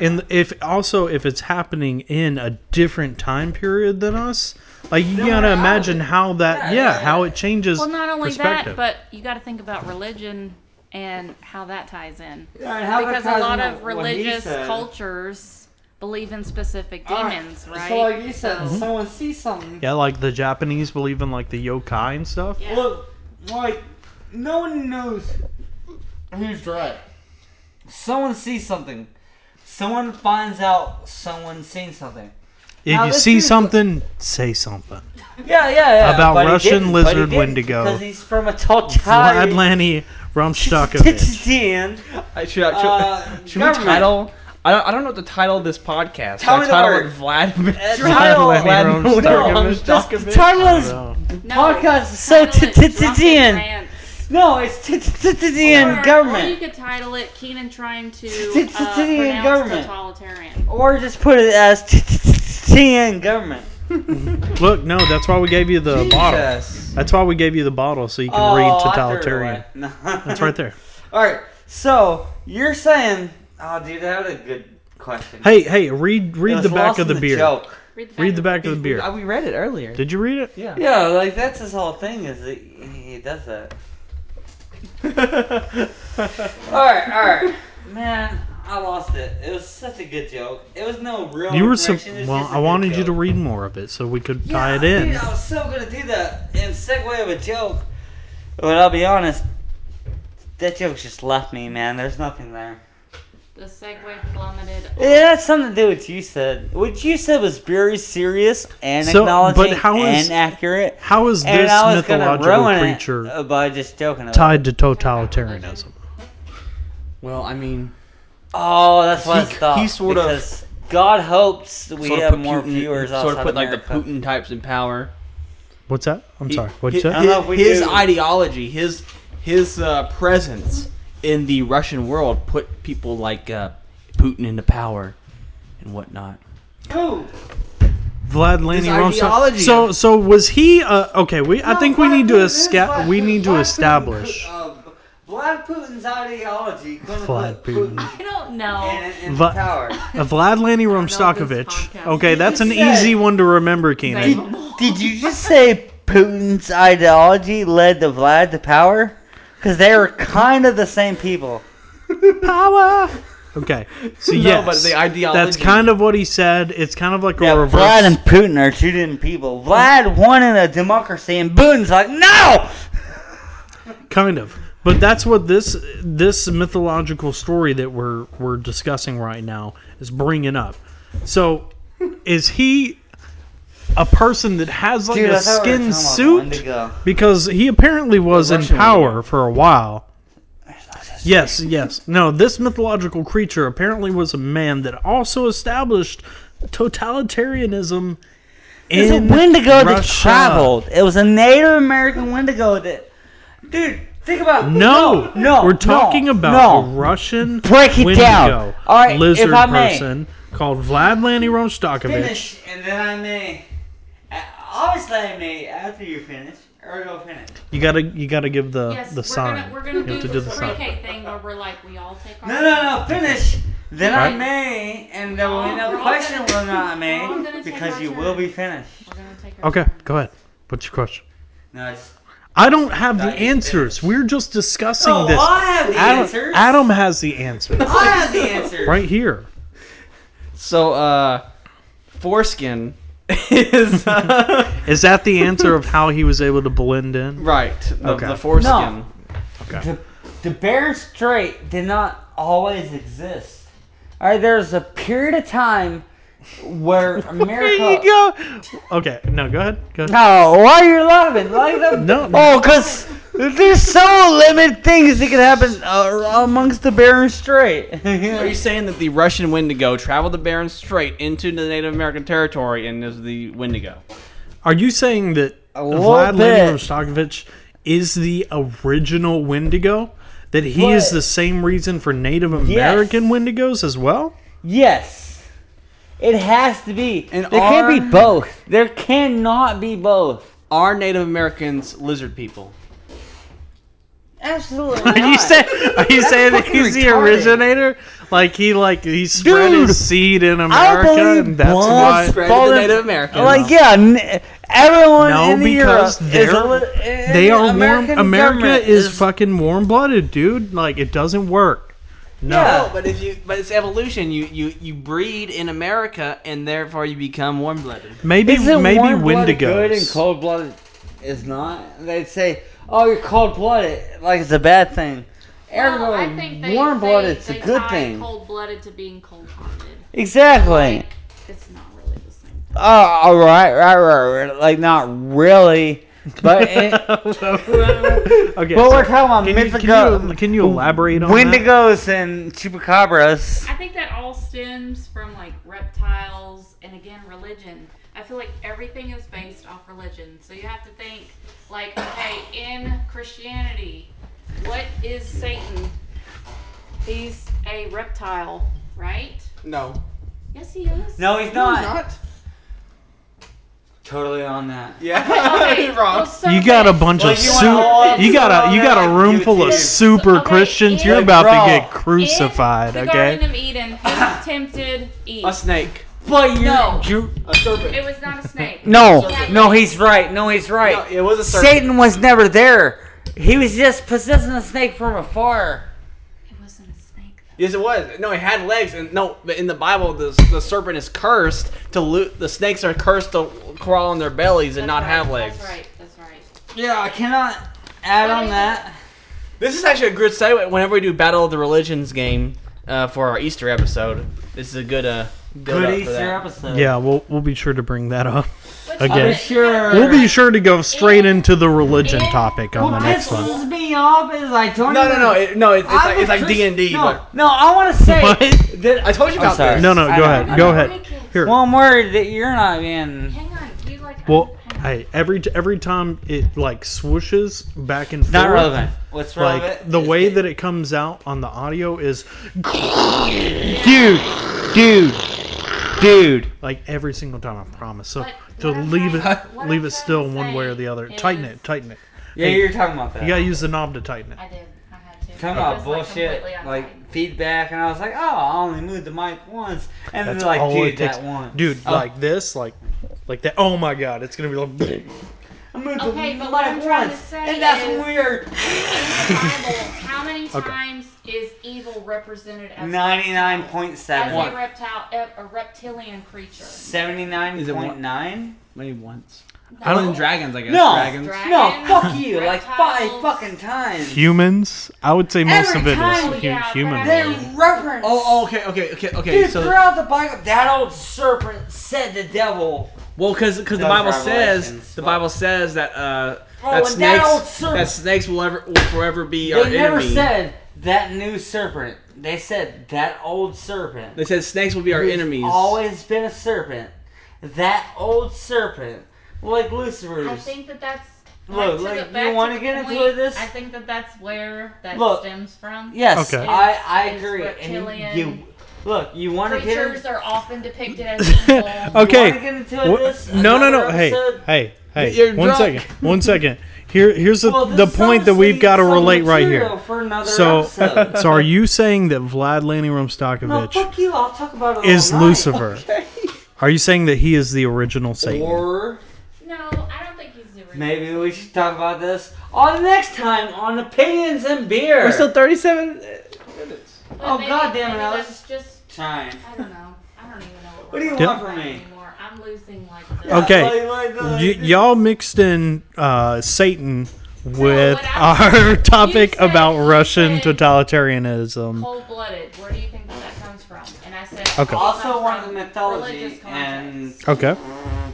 B: in if also if it's happening in a different time period than us, like you gotta imagine how that yeah, how it changes.
H: Well, not only that,
B: perspective.
H: but you got to think about religion and how that ties in.
G: Yeah, and how that
H: because
G: ties
H: a lot
G: into
H: of
G: what he
H: religious
G: said.
H: cultures believe in specific
G: All right.
H: demons, right?
G: So like you said,
H: So-
G: someone sees something.
B: yeah, like the Japanese believe in like the yokai and stuff.
H: Yeah.
G: Look, like no one knows who's right. Someone sees something. Someone finds out someone's seen something.
B: If
G: Now,
B: you
G: this
B: see
G: dude's-
B: something, say something.
G: Yeah, yeah, yeah.
B: About
G: but he
B: Russian
G: didn't, but he
B: lizard
G: didn't,
B: wendigo.
G: Because he's from a Total.
B: Vladlani Rumstakovich.
G: Titian.
C: I- Should, I- should,
G: Uh,
C: should we
G: government.
C: title? I don't, I don't know what to title this podcast.
G: Tell
C: Should
G: me the
C: I title
G: word.
C: it Vladimir.
G: Uh, title-
B: Vladimir
C: Vladimir
B: Rumstakovich.
G: The
C: Rumstakovich.
G: title
B: I
G: is
B: don't know.
H: No,
G: podcast is so
H: title it Drunken
G: Titian.
H: Rants.
G: No, it's Titian
H: Or- Or you
G: government.
H: could title it Keenan trying to
G: Titian
H: uh, pronounce
G: government.
H: totalitarian.
G: Or just put it as Titian government.
B: Look, no, that's why we gave you the bottle.
G: Jesus.
B: That's why we gave you the bottle so you can
G: Oh,
B: read
G: I threw it
B: totalitarian.
G: away. No.
B: That's right there.
G: All right. So you're saying, oh, dude, that was a good question.
B: Hey, hey, read
G: It
B: read
G: was
B: the back
G: lost
B: of
G: in
B: the beer.
G: joke.
B: Read the back of the beer.
C: Uh, We read it earlier.
B: Did you read it?
G: Yeah, like that's his whole thing is that he does that. all right, all right, man. I lost it. It was such a good joke. It was no real.
B: You were some.
G: information, it was
B: Well,
G: just a
B: I
G: good
B: wanted you
G: joke.
B: to read more of it so we could
G: Yeah,
B: tie it in.
G: Dude, I was so gonna do that and segue of a joke, but I'll be honest, that joke just left me, man. There's nothing there.
H: The segue plummeted.
G: Yeah, that's something to do with what you said. What you said was very serious and
B: So,
G: acknowledging
B: but how is-
G: and accurate.
B: How is
G: and
B: this
G: I was gonna
B: mythological
G: ruin
B: creature
G: it uh, by just joking about it.
B: tied to totalitarianism?
C: Well, I mean,
G: Oh, that's why
C: He-
G: I stopped.
C: he sort of-
G: because God hopes we
C: sort of
G: have
C: put
G: more
C: Putin-
G: viewers outside
C: sort of put like the
G: America.
C: Putin types in power.
B: What's that? I'm sorry. What'd
C: His,
B: you say?
G: don't know if we
C: his
G: do.
C: ideology, his his uh, presence in the Russian world put people like uh, Putin into power and whatnot.
G: Who?
B: Vlad Laney
C: ideology
B: So,
C: of-
B: so was he? Uh, okay, we. I
G: No,
B: think we
G: Vlad
B: need to
G: Putin is
B: esca-
G: Vlad
B: We
G: Putin.
B: need to
G: Vlad Putin
B: establish.
G: could- uh, Vlad Putin's ideology. gonna
B: Vlad
G: put
B: Putin.
H: I don't know.
G: in, in
B: Va-
G: power.
B: A Vlad Laney Rumstakovich.
H: podcast
B: Okay, that's an
G: said-
B: easy one to remember, Keenan.
G: Did, did you just say Putin's ideology led to Vlad to power? Because they are kind of the same people.
B: Power. Okay. So
C: No,
B: yes,
C: but the ideology.
B: that's kind of what he said. It's kind of like a
G: Yeah,
B: reverse.
G: Vlad and Putin are two different people. Vlad wanted a democracy, and Putin's like, no!
B: kind of but that's what this this mythological story that we're we're discussing right now is bringing up so is he a person that has like
G: Dude,
B: a
G: I thought
B: skin
G: we were talking about
B: suit
G: Wendigo.
B: because he apparently was in
G: Russian
B: power for a while yes yes no this mythological creature apparently was a man that also established totalitarianism
G: It's a
B: in
G: Wendigo that
B: Russia.
G: traveled. It was a Native American Wendigo that. Dude, think about
B: No,
G: no.
B: We're talking
G: no,
B: about a
G: no.
B: Russian
G: Break it
B: Wendigo
G: down. All right, if
B: lizard
G: I may.
B: person called Vlad Lanny Romstakovich.
G: finish, and then I may. uh, Obviously, I may after you finish. Ergo, finish.
B: You gotta, you gotta give the
H: Yes,
B: the
H: we're
B: sign.
H: gonna we're gonna
B: you
H: do
B: have to do the
H: this pre
B: sign.
H: K thing where we're like we all take our
G: No, no, no. Finish. Then I
B: Right.
G: may, and there will be
H: We're
G: no
H: all
G: question
H: gonna-
G: whether or not I
H: we're all
G: may,
H: gonna take
G: because
H: our
G: you
H: turn.
G: will be finished.
H: We're gonna take our
B: Okay,
H: turn.
B: go ahead. What's your question?
G: No, it's.
B: I don't have the
G: Now you finish.
B: answers. We're just discussing
G: Oh,
B: this.
G: I have the
B: Adam,
G: answers.
B: Adam has the answers
G: I have the answer.
B: right here.
C: so uh, foreskin is uh,
B: Is that the answer of how he was able to blend in?
C: right. The,
B: Okay.
C: the foreskin.
G: The, the Bering Strait did not always exist. All right, there was a period of time where
B: There you
G: America.
B: go. Okay, no, go ahead. Go ahead.
G: Oh, why are you laughing? Like the,
B: No.
G: Oh, because there's so limited things that could happen uh, amongst the Bering Strait.
C: Are you saying that the Russian Wendigo traveled the Barren Strait into the Native American territory and is the Wendigo?
B: Are you saying that
G: little
B: Vlad Lenny
G: bit.
B: Rostokovich is the original Wendigo? That he is
G: What?
B: the same reason for Native
G: Yes.
B: American Wendigos as well?
G: yes. It has to be.
C: And
G: there can't be
C: are-
G: both. There cannot be both.
C: Are Native Americans lizard people?
G: Absolutely.
B: Are you
G: not.
B: saying, are you saying that
G: fucking
B: he's the
G: retarded.
B: originator? Like he like he spread
G: Dude,
B: his seed in
G: I
B: America
G: believe
B: and that's
G: Blonde
B: why
G: spread
C: Right,
G: Well,
C: the
G: then-
C: Native Americans.
G: Like yeah, n- everyone
B: No,
G: in the
B: because
G: Europe
B: they're-
G: is a li- in
B: they
G: the
B: are
G: American
B: warm America
G: government
B: is, fucking warm blooded, dude. Like it doesn't work. No.
G: Yeah.
C: Oh, but if you but it's evolution. You you you breed in America and therefore you become warm blooded.
B: Maybe
G: Isn't
B: maybe
G: warm-blooded Good and
B: Wendigos.
G: cold blooded is not. They'd say, "Oh, you're cold blooded," like it's a bad thing.
H: Well, I think
G: Everyone
H: they-
G: warm blooded
H: they-
G: is a
H: they
G: good
H: tie
G: thing.
H: Cold blooded to being cold hearted.
G: Exactly.
H: It's not really the same thing.
G: Oh, all right, right, right, right. Like not really, but it,
B: Okay.
G: but we're
B: so
G: talking about
B: can, you,
G: Mythico,
B: can you can you elaborate on that?
G: Wendigos, and chupacabras.
H: I think that all stems from like reptiles and again religion. I feel like everything is based off religion. So you have to think like, okay, in Christianity, what is Satan? He's a reptile, right?
C: No.
H: Yes, he is.
G: No, he's not.
C: Not?
G: Totally on that.
C: Yeah.
H: Okay,
C: You're wrong.
H: well, so
B: You got a
H: then-
B: bunch
G: Well,
B: of
G: you went all up
B: su- you
G: to
B: got
G: all
B: a you
G: that
B: got a
G: I
B: room
G: do
B: full of
G: too.
B: super
H: Okay,
B: Christians. You're
H: in-
B: about to
G: Like,
B: get
G: bro.
H: in
B: crucified.
H: the
B: Okay.
H: Garden of Eden, who was tempted Eve.
C: A snake.
G: But you,
H: No.
G: you
C: A serpent.
H: It was not a snake.
G: no,
H: Yeah.
G: no, he's right. No, he's right.
C: No, it was a serpent.
G: Satan was never there. He was just possessing a snake from afar.
H: It wasn't a snake.
C: Yes, it was. No, it had legs, and no, but in the Bible, the, the serpent is cursed to loot. The snakes are cursed to crawl on their bellies and
H: That's
C: not
H: right,
C: have legs.
H: That's right. That's right.
G: Yeah, I cannot add
H: on
G: on that.
H: that.
C: This is actually a good segue. Whenever we do Battle of the Religions game uh, for our Easter episode, this is a good uh build up
G: Good
C: for
G: Easter
C: that.
G: episode.
B: Yeah, we'll we'll be sure to bring that up.
H: Which
B: Again.
H: one
G: I'm
H: is it?
G: sure.
B: We'll be sure to go straight into the religion
H: Yeah.
B: topic on the
G: What
B: next one.
G: pisses me off is I don't.
C: No, no,
G: even-
C: no, it, no. It, it's
G: I'm
C: like
G: a
C: it's like D
G: Christian-
C: and D,
G: no,
C: but
G: No, I want to say
B: What?
G: that
C: I told you
G: I'm
C: about
G: sorry.
C: this.
B: No, no,
G: I
B: go
G: know,
B: ahead.
G: I
B: Go
H: know.
B: ahead. Here.
G: one word that you're not in.
H: Hang on. You like.
B: Well,
H: unpack.
B: hey, every every time it like swooshes back and forth,
G: Not relevant. What's relevant?
B: like the way that it comes out on the audio is
G: dude, dude, dude.
B: like every single time. I promise. So
H: But
B: to
H: what I'm
B: leave it
H: trying- what
B: leave
H: I'm
B: it still
H: trying to
B: one way or the
H: say
B: other. Tighten
H: is-
B: it, tighten it.
G: Yeah,
B: Hey,
G: you're talking about that.
B: You Oh. gotta use the knob to tighten it.
H: I did. I had to.
G: talking
H: I
G: about
H: was,
G: bullshit
H: completely on time.
G: like feedback, and I was like, oh, I only moved the mic once, and then
B: That's
G: they're like,
B: all
G: dude,
B: it takes.
G: that one, Oh,
B: Dude,
C: Oh.
B: like this, like like that. Oh my god, it's gonna be like
G: I moved
H: Okay,
G: the
H: but
G: mic
H: what I'm trying to
G: once,
H: say
G: and that's
H: is-
G: weird.
H: In the Bible, how many times is evil represented as
G: Ninety-nine point
H: as a
G: seven.
H: reptile, e, a, a reptilian creature?
G: Seventy-nine point nine.
C: Maybe once.
B: I
C: Other than
B: don't
C: dragons, I guess.
G: No.
C: Dragons.
H: Dragons,
G: No, fuck you! Like five
H: reptiles.
G: fucking times.
B: humans. I would say most
G: Every
B: of it
G: time,
B: is hu-
H: yeah, but
B: human.
H: I
G: They
H: mean-
G: reference.
C: Oh, oh, okay, okay, okay, okay.
G: Dude,
C: so,
G: throughout the Bible, that old serpent said the devil.
C: well, because because the
G: Those
C: Bible says
G: revelations,
C: the
G: but-
C: Bible says that uh
G: Oh,
C: that
G: and that old
C: snakes
G: serpent.
C: that snakes will ever will forever be our
G: they never
C: enemy.
G: said that new serpent. They said that old serpent.
C: They said snakes will be our
G: who's
C: enemies.
G: Always been a serpent. That old serpent, like Lucifer's.
H: I think that that's.
G: Look,
H: to
G: like, you
H: back to
G: wanna
H: the
G: get into
H: point,
G: this?
H: I think that that's where that
G: Look.
H: stems from.
G: yes,
B: Okay.
G: I I
H: Is
G: agree. And you,
H: reptilian.
G: look, you want to get
H: Creatures
G: into,
H: are often depicted as evil.
B: okay.
G: get into
B: Wha-
G: this.
B: no, no, no.
G: another
B: Hey,
G: episode?
B: hey, hey.
C: You're
B: One
C: drunk.
B: second. One second. Here, here's the,
G: Well, this
B: the
G: is
B: point that we've
G: obviously
B: got to
G: some
B: relate right
G: material
B: here.
G: For another
B: So,
G: episode.
B: so are you saying that Vlad Lanny
G: no,
B: Romstakovich
G: fuck you. I'll talk about it. all
B: is
G: night.
B: Lucifer? Are you saying that he is the original Satan?
G: Or
H: No, I don't think he's the original.
G: maybe we should talk about this on next time on opinions and beer.
C: We're still 37
H: uh,
C: minutes.
H: But
G: Oh,
H: maybe-
G: God damn it,
H: maybe
G: I was-
H: That's just.
G: time.
H: I don't know. I don't even know what.
G: What
H: we're
G: do you
H: talking
G: want
H: about
G: from me?
H: Anymore. I'm losing like. The,
B: Okay.
G: Like, like,
B: Y-
G: like-
B: y'all mixed in uh, Satan with
H: what I-
B: our topic
H: you said-
B: about
H: you
B: Russian
H: said-
B: totalitarianism.
H: Cold blooded. Where do you think that comes from? And I said.
B: Okay.
G: Also, one
H: one
G: of the mythology, and
B: Okay.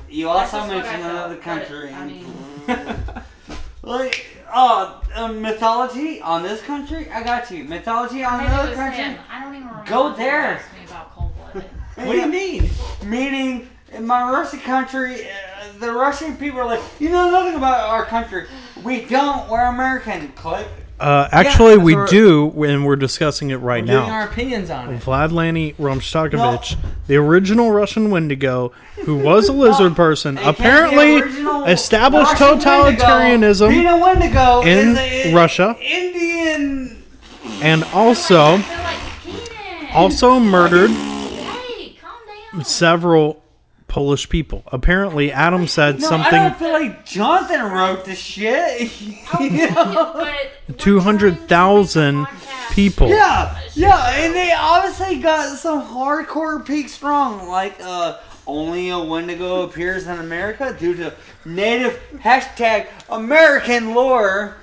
G: you
H: That's
G: also
H: just what I
G: mentioned
H: thought,
G: another
H: but,
G: country.
H: I
G: and-
H: mean-
G: like, oh, uh, mythology on this country? I got you. Mythology on another country?
H: I don't even remember.
G: Go
H: who
G: there.
H: asked me about cold blooded.
C: What do you mean?
G: Meaning, in my Russian country, uh, the Russian people are like, you know nothing about our country. We don't. We're American. Click.
B: Uh, actually,
C: that's
B: we
C: what we're-
B: do, and we're discussing it right
C: Giving
B: now.
C: our opinions on it.
B: Vlad Lanny Romstakovich, the original Russian Wendigo, who was a lizard person,
G: They can't be
B: apparently
G: original
B: established
G: Russian
B: totalitarianism
G: Wendigo. Being a Wendigo
B: in
G: is a-
B: Russia.
G: Indian.
B: and also
H: I feel like Keenan.
B: also murdered
H: Hey, calm down.
B: several Polish people. Apparently, Adam said
G: No, I
B: something
G: don't feel like Jonathan wrote this shit. You know?
H: But we're trying
B: 200,000
H: to make a podcast.
B: people.
G: Yeah, yeah, and they obviously got some hardcore peaks wrong, like uh, only a Wendigo appears in America due to native hashtag American lore.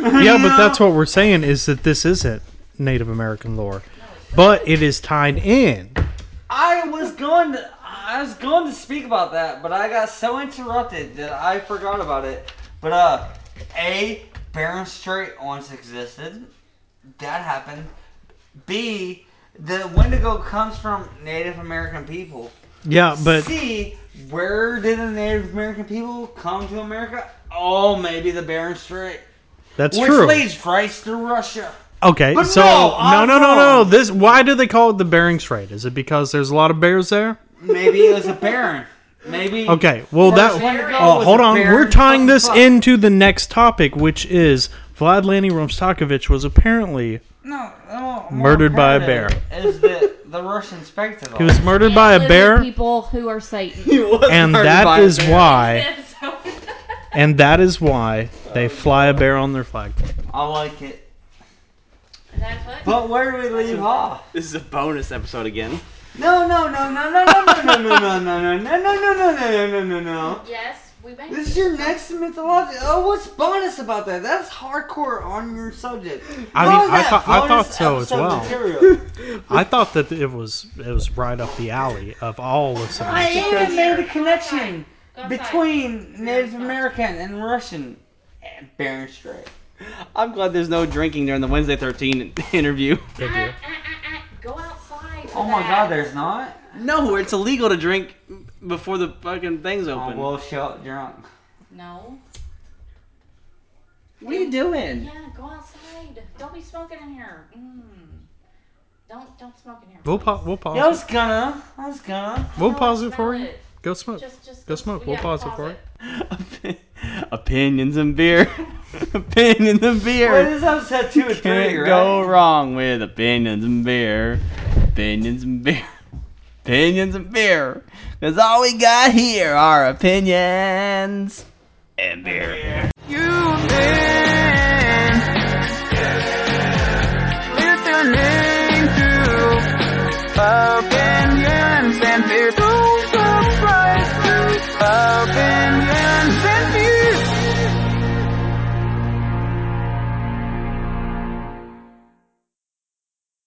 B: Yeah, but that's what we're saying is that this isn't Native American lore, but it is tied in.
G: I was going to. I I was going to speak about that, but I got so interrupted that I forgot about it. But uh, a Barren Strait once existed. That happened. B the Wendigo comes from Native American people.
B: Yeah, but
G: C where did the Native American people come to America? Oh, maybe the Barren Strait,
B: that's
G: which
B: true.
G: leads right to Russia.
B: Okay,
G: But
B: so
G: no,
B: no,
G: I'm
B: no, no, no.
G: wrong.
B: This why do they call it the Bering Strait? Is it because there's a lot of bears there?
G: Maybe it was a Baron. Maybe
B: Okay, well that.
G: First Wendigo
B: Oh,
G: was
B: hold
G: a
B: on.
G: Baron
B: We're tying
G: fucking
B: this
G: fuck.
B: into the next topic, which is Vlad Lani Romstakovich was apparently
G: No, no, more
B: Murdered by a bear.
G: imperative Is the the Russian spectacle?
B: he was murdered
H: And
B: by a
H: lizard
B: bear,
H: People who are Satan.
B: and that is why,
H: So-
B: and that is why they fly a bear on their flagpole.
G: I like it.
H: That's what.
G: But where do we leave off?
F: This is a bonus episode again.
G: No, no, no, no, no, no, no, no, no, no, no, no, no, no, no, no, no, no, no, no.
H: Yes, we made
G: This is your next mythology. Oh, what's bonus about that? That's hardcore on your subject.
B: I
G: Call
B: mean, I
G: that
B: thought- I
G: bonus
B: thought so as
G: episode
B: well.
G: material.
B: I thought that it was it was right up the alley of all
G: I
B: listeners.
G: even made a connection
H: Go outside.
G: between Native American and Russian. Eh, Bering Strait.
C: I'm glad there's no drinking during the Wednesday 13 interview.
H: Ah, ah, ah, ah. Go outside. for
G: Oh my
H: that.
G: God, there's not.
C: No, it's illegal to drink before the fucking thing's
G: Oh,
C: open.
G: we'll show up drunk.
H: No.
C: what are you doing?
H: Yeah, go outside. Don't be smoking in here. Mm. Don't don't smoke in here.
B: We'll, pa- we'll
G: Yeah, I
B: pause.
G: was gonna. I was gonna.
B: It. We'll
H: No,
B: pause it
H: smell
B: for you.
H: it.
B: Go smoke.
H: Just just
B: Go smoke. We'll
H: yeah,
B: pause it for you.
C: Opinions and beer. Opinions and
G: Wait,
C: beer.
G: this episode two and three,
C: Can't
G: right?
C: go wrong with opinions and beer. Opinions and beer. Opinions and beer. Because all we got here are opinions and beer.
I: Opinions and people.